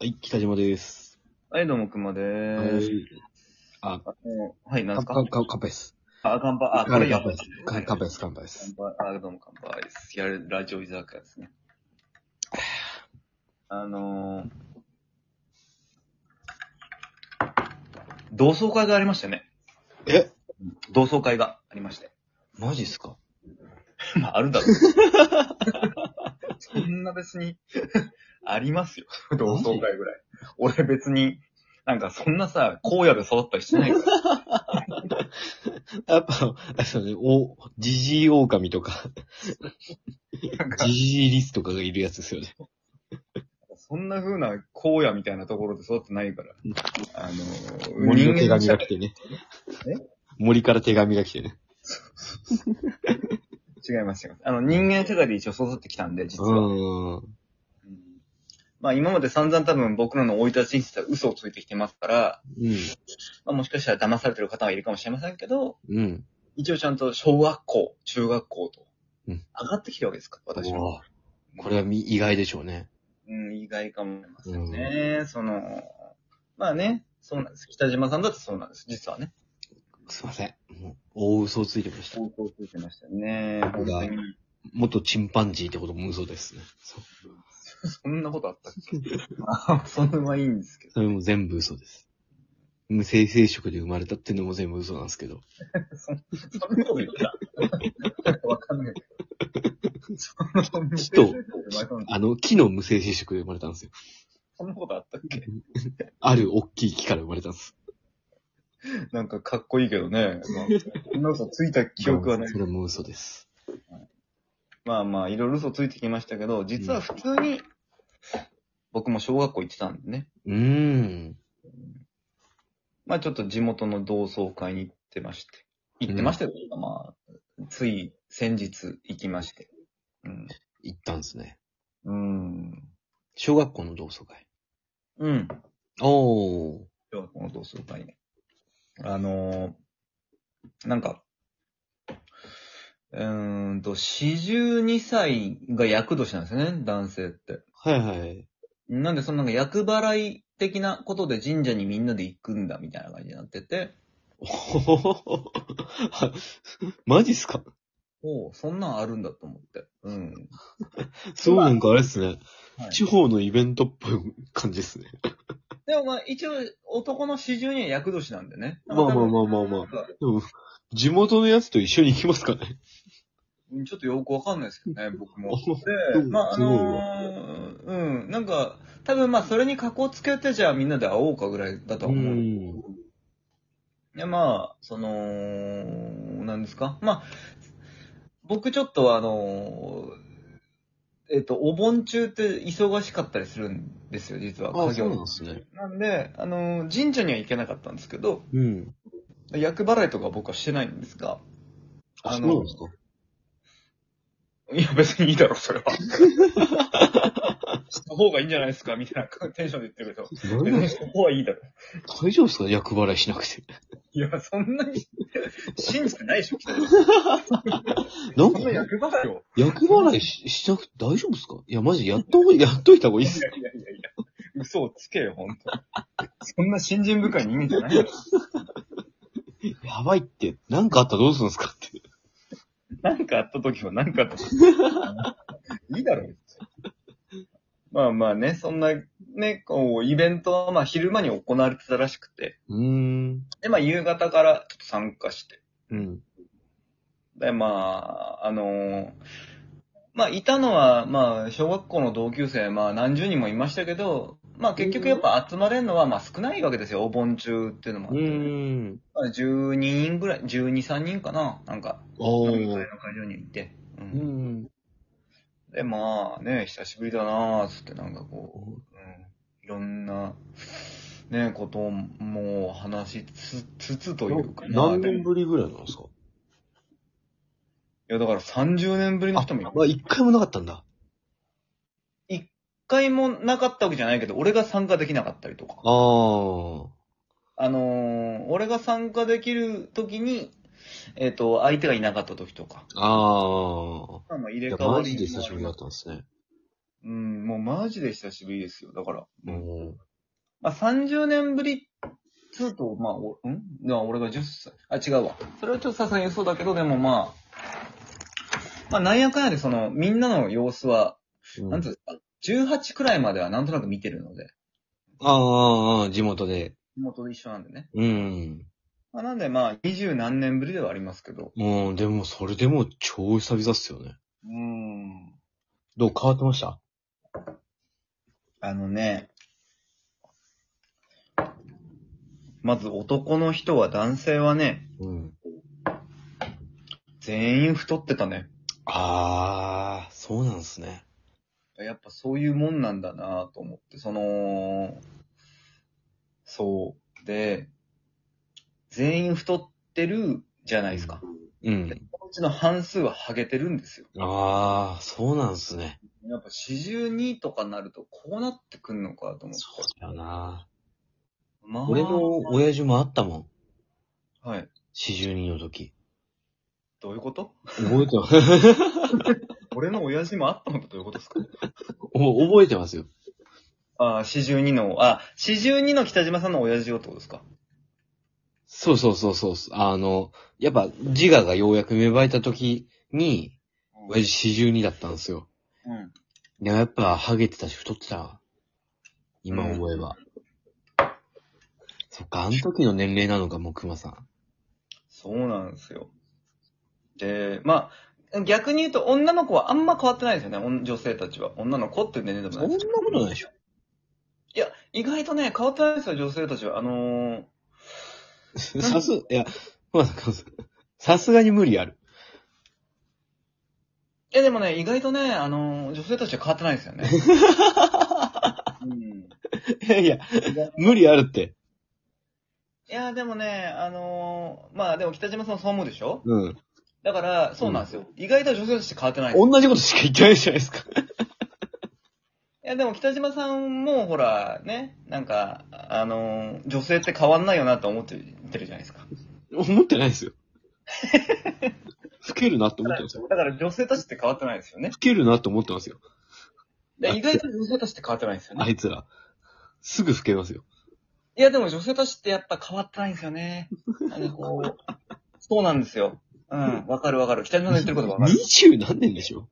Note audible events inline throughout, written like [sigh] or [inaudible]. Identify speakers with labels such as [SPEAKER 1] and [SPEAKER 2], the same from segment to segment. [SPEAKER 1] はい、北島です。
[SPEAKER 2] はい、どうも、くまでーす。
[SPEAKER 1] あ、
[SPEAKER 2] もうはい、なん
[SPEAKER 1] か、
[SPEAKER 2] す
[SPEAKER 1] か、
[SPEAKER 2] か
[SPEAKER 1] か、乾杯です。
[SPEAKER 2] あ、乾杯。あ、これやばい。
[SPEAKER 1] 乾杯です。乾杯です
[SPEAKER 2] 乾。杯。あ、どうも乾杯です。やる、ラジオ居酒屋ですね。あのー、同窓会がありましたね。
[SPEAKER 1] え
[SPEAKER 2] 同窓会がありまして。
[SPEAKER 1] マジっすか
[SPEAKER 2] まあ、あるだろう。そんな別に、ありますよ。同窓会ぐらい。俺別に、なんかそんなさ、荒野で育ったりしてないから。
[SPEAKER 1] やっぱ、あれですよね、お、ジジイ狼とか、
[SPEAKER 2] なんか
[SPEAKER 1] ジジイリスとかがいるやつですよね。
[SPEAKER 2] そんな風な荒野みたいなところで育ってないから。あのー、
[SPEAKER 1] 森の手紙
[SPEAKER 2] 人間
[SPEAKER 1] が
[SPEAKER 2] 社
[SPEAKER 1] 来てね。
[SPEAKER 2] え
[SPEAKER 1] 森から手紙が来てね。
[SPEAKER 2] 会違います、違います。あの、人間世界で一応育ってきたんで、実
[SPEAKER 1] う
[SPEAKER 2] は。
[SPEAKER 1] ーん。
[SPEAKER 2] うんまあ今まで散々多分僕らの生い立ちにしてた嘘をついてきてますから、
[SPEAKER 1] うん。
[SPEAKER 2] まあもしかしたら騙されてる方はいるかもしれませんけど、
[SPEAKER 1] うん。
[SPEAKER 2] 一応ちゃんと小学校、中学校と、
[SPEAKER 1] う
[SPEAKER 2] 上
[SPEAKER 1] ん
[SPEAKER 2] がってきてるわけですから、私は。
[SPEAKER 1] おーこれはみ意外でしょうね。
[SPEAKER 2] うん、意外かもしれませんね。その、まあね、そうなんです。北島さんだってそうなんです、実はね。
[SPEAKER 1] すいません。もう大嘘をついてました。
[SPEAKER 2] 方向ついてましたよね。
[SPEAKER 1] 僕が
[SPEAKER 2] 本当に
[SPEAKER 1] 元チンパンジーってことも嘘ですね。そう。
[SPEAKER 2] そんなことあったっけあ [laughs] それはいいんですけど。
[SPEAKER 1] それも全部嘘です。無性生殖で生まれたっていうのも全部嘘なんですけど。
[SPEAKER 2] そそんなこと言った。わかんないけど。そのそんな
[SPEAKER 1] ちょっと
[SPEAKER 2] そ
[SPEAKER 1] あの、木の無性生殖で生まれたんですよ。
[SPEAKER 2] んなことあったっけ
[SPEAKER 1] ある大きい木から生まれたんです。
[SPEAKER 2] なんかかっこいいけどね。まあ、そんな嘘ついた記憶はない
[SPEAKER 1] そ。れも嘘です。
[SPEAKER 2] まあまあ、いろいろ嘘ついてきましたけど、実は普通に、僕も小学校行ってたんでね。
[SPEAKER 1] うーん。
[SPEAKER 2] まあちょっと地元の同窓会に行ってまして。行ってましたけど、まあ、つい先日行きまして。うん。
[SPEAKER 1] 行ったんですね。
[SPEAKER 2] うん。
[SPEAKER 1] 小学校の同窓会。
[SPEAKER 2] うん。
[SPEAKER 1] おー。
[SPEAKER 2] 小学校の同窓会ね。あのー、なんか、うーんと、42歳が役年なんですよね、男性って。
[SPEAKER 1] はいはい。 [laughs]
[SPEAKER 2] なんで、そのなんか役払い的なことで神社にみんなで行くんだ、みたいな感じになってて、
[SPEAKER 1] おほほほマジっすか
[SPEAKER 2] おうそんなんあるんだと思って。うん。
[SPEAKER 1] そうなんかあれっすね。
[SPEAKER 2] はい
[SPEAKER 1] 地方のイベントっぽい感じっすね。
[SPEAKER 2] でもまあ、一応、男の42は役年なんでね。
[SPEAKER 1] まあまあまあまあまあ。でも、地元のやつと一緒に行きますかね。
[SPEAKER 2] うんちょっとよくわかんないですけどね、僕も。
[SPEAKER 1] う
[SPEAKER 2] で、
[SPEAKER 1] ん
[SPEAKER 2] まあ、あ
[SPEAKER 1] すごい
[SPEAKER 2] のーうん、なんか、多分まあ、それに格好つけて、じゃあみんなで会おうかぐらいだとは
[SPEAKER 1] う
[SPEAKER 2] 思う。
[SPEAKER 1] ん。
[SPEAKER 2] で、まあ、その、なんですかまあ、僕ちょっとあのーえっ、と、お盆中って忙しかったりするんですよ、実は。
[SPEAKER 1] あ、
[SPEAKER 2] 家
[SPEAKER 1] そ
[SPEAKER 2] 業
[SPEAKER 1] うなんですね。
[SPEAKER 2] なんで、あのー神社には行けなかったんですけど、
[SPEAKER 1] うん。
[SPEAKER 2] 厄払いとか僕はしてないんですが、
[SPEAKER 1] あ、
[SPEAKER 2] あ
[SPEAKER 1] そう
[SPEAKER 2] の
[SPEAKER 1] なんですか
[SPEAKER 2] いや、別にいいだろ、そ
[SPEAKER 1] [laughs]
[SPEAKER 2] れは。した方がいいんじゃないですかみたいなテンションで言ってるけど。
[SPEAKER 1] 何
[SPEAKER 2] 別
[SPEAKER 1] なん
[SPEAKER 2] に
[SPEAKER 1] ですか
[SPEAKER 2] そこはいいだろ。
[SPEAKER 1] 大丈夫ですか役払いしなくて。
[SPEAKER 2] いや、そんなに、信じてないでしょ、そ
[SPEAKER 1] なん
[SPEAKER 2] んな
[SPEAKER 1] か、
[SPEAKER 2] 役払いを。
[SPEAKER 1] 役払いししなくて大丈夫ですかいや、マジやった方がいい、やっといた方がい
[SPEAKER 2] い
[SPEAKER 1] いっ
[SPEAKER 2] や
[SPEAKER 1] す。
[SPEAKER 2] いやいやいや、嘘をつけよ、ほんと。そんな信心深い人間じゃないよ。
[SPEAKER 1] やばいって、なんかあったらどうするんですかって。
[SPEAKER 2] なんかあった時はなんかあった時。いいだろ、別にまあまあね、そんな、ね、こう、イベントはまあ昼間に行われてたらしくて、
[SPEAKER 1] うーん。
[SPEAKER 2] で、まあ夕方からちょっと参加して、
[SPEAKER 1] うん。
[SPEAKER 2] で、まあ、あのーまあ、いたのは、まあ、小学校の同級生、まあ、何十人もいましたけど、まあ、結局やっぱ集まれるのは、まあ、少ないわけですよ、お盆中っていうのもあ
[SPEAKER 1] う
[SPEAKER 2] って。
[SPEAKER 1] ーん。
[SPEAKER 2] まあ、12人ぐらい、12、3人かな、なんか、
[SPEAKER 1] お
[SPEAKER 2] 飲み会
[SPEAKER 1] ー。
[SPEAKER 2] の会場に行って。う
[SPEAKER 1] うんん。
[SPEAKER 2] で、まあ、ね、久しぶりだなぁ、つって、なんかこう、うん、いろんな、ね、ことをもう話しつつつというかな。
[SPEAKER 1] 何
[SPEAKER 2] で
[SPEAKER 1] 年
[SPEAKER 2] もい
[SPEAKER 1] ぶりぐらいなんですか
[SPEAKER 2] や、だから30年ぶりの
[SPEAKER 1] あ
[SPEAKER 2] 人もいる、
[SPEAKER 1] まあ、一回もなかったんだ。
[SPEAKER 2] 一回もなかったわけじゃないけど、俺が参加できなかったりとか。
[SPEAKER 1] あー。
[SPEAKER 2] あのー俺が参加できる時に、えっ、と、相手がいなかった時とか。
[SPEAKER 1] あー。
[SPEAKER 2] まあまあ入
[SPEAKER 1] い
[SPEAKER 2] れ
[SPEAKER 1] や、
[SPEAKER 2] 替わ
[SPEAKER 1] マ
[SPEAKER 2] り
[SPEAKER 1] ジ
[SPEAKER 2] も
[SPEAKER 1] で久しぶりだったんですね。
[SPEAKER 2] うん、もうマジで久しぶりですよ。だから、
[SPEAKER 1] も
[SPEAKER 2] まあ、30年ぶりつうと、まあ、おんまあ俺が10歳。あ、違うわ。それはちょっとさすがに嘘だけど、でもまあ、まあ、なんやかんやで、その、みんなの様子は、
[SPEAKER 1] う、
[SPEAKER 2] なんつうか、18くらいまではなんとなく見てるので、
[SPEAKER 1] ああああ、地元で。
[SPEAKER 2] 地元で一緒なんでね。
[SPEAKER 1] うん。
[SPEAKER 2] まあ、なんでまあ、20何年ぶりではありますけど。
[SPEAKER 1] うん、でも、それでも超久々っすよね。
[SPEAKER 2] うん。
[SPEAKER 1] どう変わってました
[SPEAKER 2] あのね、まず男の人は男性はね、
[SPEAKER 1] うん。
[SPEAKER 2] 全員太ってたね。
[SPEAKER 1] ああ、そうなんすね。
[SPEAKER 2] やっぱそういうもんなんだなと思って、その、そう。で、全員太ってるじゃないですか。
[SPEAKER 1] うん。
[SPEAKER 2] このうちの半数はハゲてるんですよ。
[SPEAKER 1] ああ、そうなんすね。
[SPEAKER 2] やっぱ42とかなるとこうなってくんのかと思って。
[SPEAKER 1] そうだよな。
[SPEAKER 2] まあ
[SPEAKER 1] 俺の親父もあったもん。
[SPEAKER 2] はい。
[SPEAKER 1] 四十人の時。
[SPEAKER 2] どういうこと
[SPEAKER 1] 覚えてます。
[SPEAKER 2] 俺の親父もあったのとどういうことですか [laughs]
[SPEAKER 1] お覚えてますよ。
[SPEAKER 2] ああ、42の、あ、42の北島さんの親父をってことですか
[SPEAKER 1] そうそうそうそう。あの、やっぱ自我がようやく芽生えた時に、親父四十二だったんですよ。
[SPEAKER 2] うん。
[SPEAKER 1] いや、やっぱ、ハゲてたし、太ってたわ。今思えば。そっか、あの時の年齢なのか、もう、熊さん。
[SPEAKER 2] そうなんですよ。で、まあ、逆に言うと女の子はあんま変わってないですよね、おん女性たちは。女の子って年齢でもないです。
[SPEAKER 1] ことないでしょ。
[SPEAKER 2] いや、意外とね、変わってないですよ、女性たちは。あのー、
[SPEAKER 1] さす、いや、熊さん、熊さん。さすがに無理ある。
[SPEAKER 2] いやでもね、意外とね、あのー、女性たちは変わってないですよ
[SPEAKER 1] [laughs]
[SPEAKER 2] ね。うん、
[SPEAKER 1] い [laughs] やいや、無理あるって。
[SPEAKER 2] いや、でもね、あのー、まあでも北島さんはそう思うでしょ
[SPEAKER 1] うん。
[SPEAKER 2] だから、そうなんですよ。意外と女性たち変わってない。
[SPEAKER 1] 同じことしか言ってないじゃないですか。
[SPEAKER 2] いや、でも北島さんも、ほら、ね、なんか、あのー、女性って変わんないよなと思っててるじゃないですか。
[SPEAKER 1] [laughs] 思ってないですよ。老けるなって思ってますよ。
[SPEAKER 2] だから女性たちって変わってないですよね。
[SPEAKER 1] 老けるなって思ってますよ。
[SPEAKER 2] で意外と女性たちって変わってないですよ
[SPEAKER 1] あ
[SPEAKER 2] ね。
[SPEAKER 1] いつら。すぐ老けますよ。
[SPEAKER 2] いや、でも女性たちってやっぱ変わってないんですよね。なんかこう、 [laughs] そうなんですよ。うん、わかるわかる。北島さんの言ってることわかる。
[SPEAKER 1] 二十何年でしょ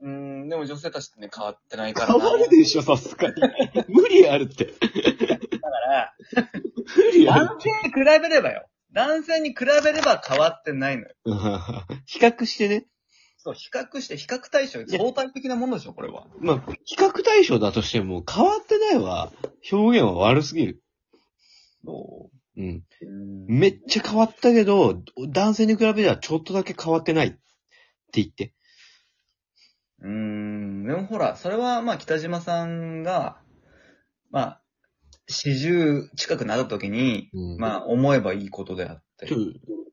[SPEAKER 2] うん、でも女性たちってね、変わってないから
[SPEAKER 1] 変
[SPEAKER 2] な。
[SPEAKER 1] わるでしょ、さす [laughs] がに。無理あるって。
[SPEAKER 2] だから、
[SPEAKER 1] 無理ある。
[SPEAKER 2] 男性に比べればよ。男性に比べれば変わってないのよ。
[SPEAKER 1] [laughs] 比較してね。
[SPEAKER 2] そう、比較して、比較対象、相対的なものでしょ、これは。
[SPEAKER 1] まあ、比較対象だとしても、変わってないは、表現は悪すぎる。
[SPEAKER 2] ど
[SPEAKER 1] うん。
[SPEAKER 2] ううん
[SPEAKER 1] めっちゃ変わったけど、男性に比べればちょっとだけ変わってないって言って。
[SPEAKER 2] うーん、でもほら、それはまあ北島さんが、まあ、四十近くなった時に、
[SPEAKER 1] うん
[SPEAKER 2] まあ思えばいいことであって。
[SPEAKER 1] ちょっ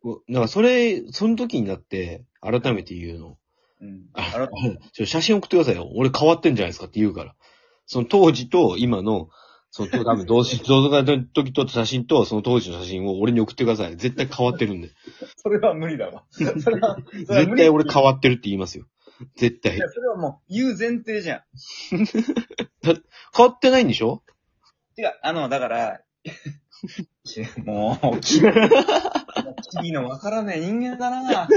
[SPEAKER 1] と、なんかそれ、その時になって、改めて言うの。
[SPEAKER 2] うん。
[SPEAKER 1] あ
[SPEAKER 2] あら
[SPEAKER 1] ちょ写真送ってくださいよ。俺変わってんじゃないですかって言うから。その当時と今の、その多分同時、同時の時撮った写真とその当時の写真を俺に送ってください。絶対変わってるんで。
[SPEAKER 2] それは無理だわ。それは、それは
[SPEAKER 1] 絶
[SPEAKER 2] 無理
[SPEAKER 1] 対俺変わってるって言いますよ。絶対
[SPEAKER 2] いや。それはもう言う前提じゃ
[SPEAKER 1] 変わってないんでしょ
[SPEAKER 2] ん。違う、あの、だから、もう、き君のわからない人間だな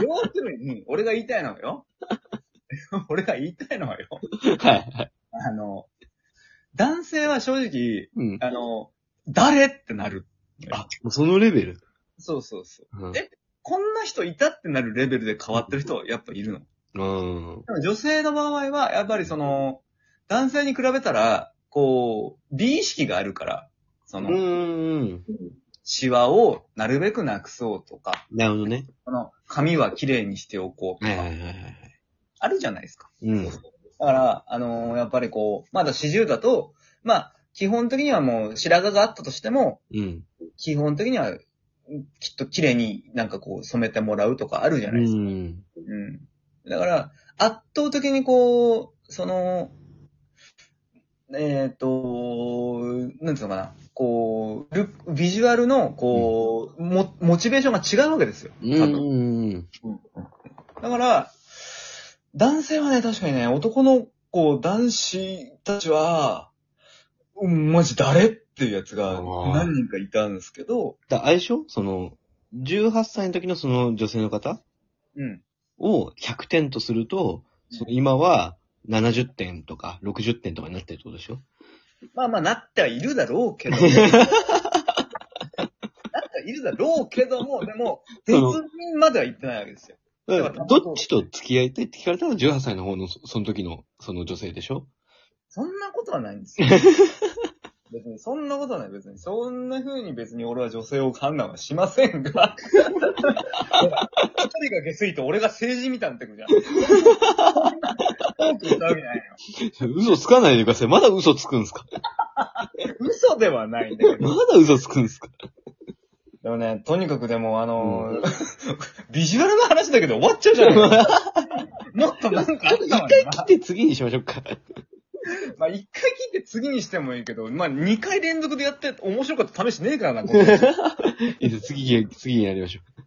[SPEAKER 2] 要するに、俺が言いたいのはよ。俺が言いたいのはよ。
[SPEAKER 1] はいはい。
[SPEAKER 2] あの、男性は正直、
[SPEAKER 1] うん。
[SPEAKER 2] あの、誰ってなる。
[SPEAKER 1] あ、そのレベル。
[SPEAKER 2] そうそうそう。
[SPEAKER 1] うん
[SPEAKER 2] えこんな人いたってなるレベルで変わってる人はやっぱいるの。で
[SPEAKER 1] うん。
[SPEAKER 2] も女性の場合は、やっぱりその、男性に比べたら、こう、美意識があるから、そうの、
[SPEAKER 1] ーん。
[SPEAKER 2] シワをなるべくなくそうとか、
[SPEAKER 1] なるほどね。
[SPEAKER 2] この、髪は綺麗にしておこうと
[SPEAKER 1] はいはい
[SPEAKER 2] か、
[SPEAKER 1] はいはい。
[SPEAKER 2] あるじゃないですか。
[SPEAKER 1] うん。
[SPEAKER 2] だから、あのーやっぱりこう、まだ40だと、まあ、基本的にはもう白髪があったとしても、
[SPEAKER 1] うん。
[SPEAKER 2] 基本的には、きっと綺麗になんかこう染めてもらうとかあるじゃ
[SPEAKER 1] う
[SPEAKER 2] ないですか。
[SPEAKER 1] ん。
[SPEAKER 2] うん。だから、圧倒的にこう、その、えっ、と、なんていうのかな、こう、ルックビジュアルの、こう、も、モチベーションが違うわけですよ。
[SPEAKER 1] う
[SPEAKER 2] 多分
[SPEAKER 1] ん。
[SPEAKER 2] だから、男性はね、確かにね、男の子、男子たちは、うん、マジ誰っていうやつが
[SPEAKER 1] あー
[SPEAKER 2] 何人かいたんですけど、
[SPEAKER 1] だ、あれでしょその、18歳の時のその女性の方
[SPEAKER 2] うん。
[SPEAKER 1] を100点とすると、その今は70点とか60点とかになってるってことでしょ
[SPEAKER 2] まあまあなってはいるだろ
[SPEAKER 1] [laughs]
[SPEAKER 2] うけども、なってはいるだろうけども、でも、
[SPEAKER 1] そ
[SPEAKER 2] 別
[SPEAKER 1] の
[SPEAKER 2] 人まではいってないわけですよ。
[SPEAKER 1] だからどっちと付き合いたいって聞かれたら18歳の方のそその時のその女性でしょ [laughs]
[SPEAKER 2] そんなことはないんですよ。別に、そんなことはない。別に、そんな風に別に俺は女性を判断はしませ
[SPEAKER 1] [laughs]
[SPEAKER 2] んが。二人が下水と俺が政治みたいになってくるじゃん。
[SPEAKER 1] [laughs]
[SPEAKER 2] 多く言ったわけないよ。
[SPEAKER 1] 嘘つかないでください。まだ嘘つくんすか
[SPEAKER 2] 嘘ではないんだけ
[SPEAKER 1] ま
[SPEAKER 2] ど。
[SPEAKER 1] だ嘘つくんすか
[SPEAKER 2] でもね、とにかくでもあのー [laughs] ビジュアルの話だけど終わっちゃうじゃ [laughs] ないか。もっとなんかあったのにな。
[SPEAKER 1] で、次にしましょう
[SPEAKER 2] [laughs]
[SPEAKER 1] か。
[SPEAKER 2] まあ一回聞いて次にしてもいいけど、まあ二回連続でやって面白かった試しねえからな、この人
[SPEAKER 1] えじゃあ次、次にやりましょう。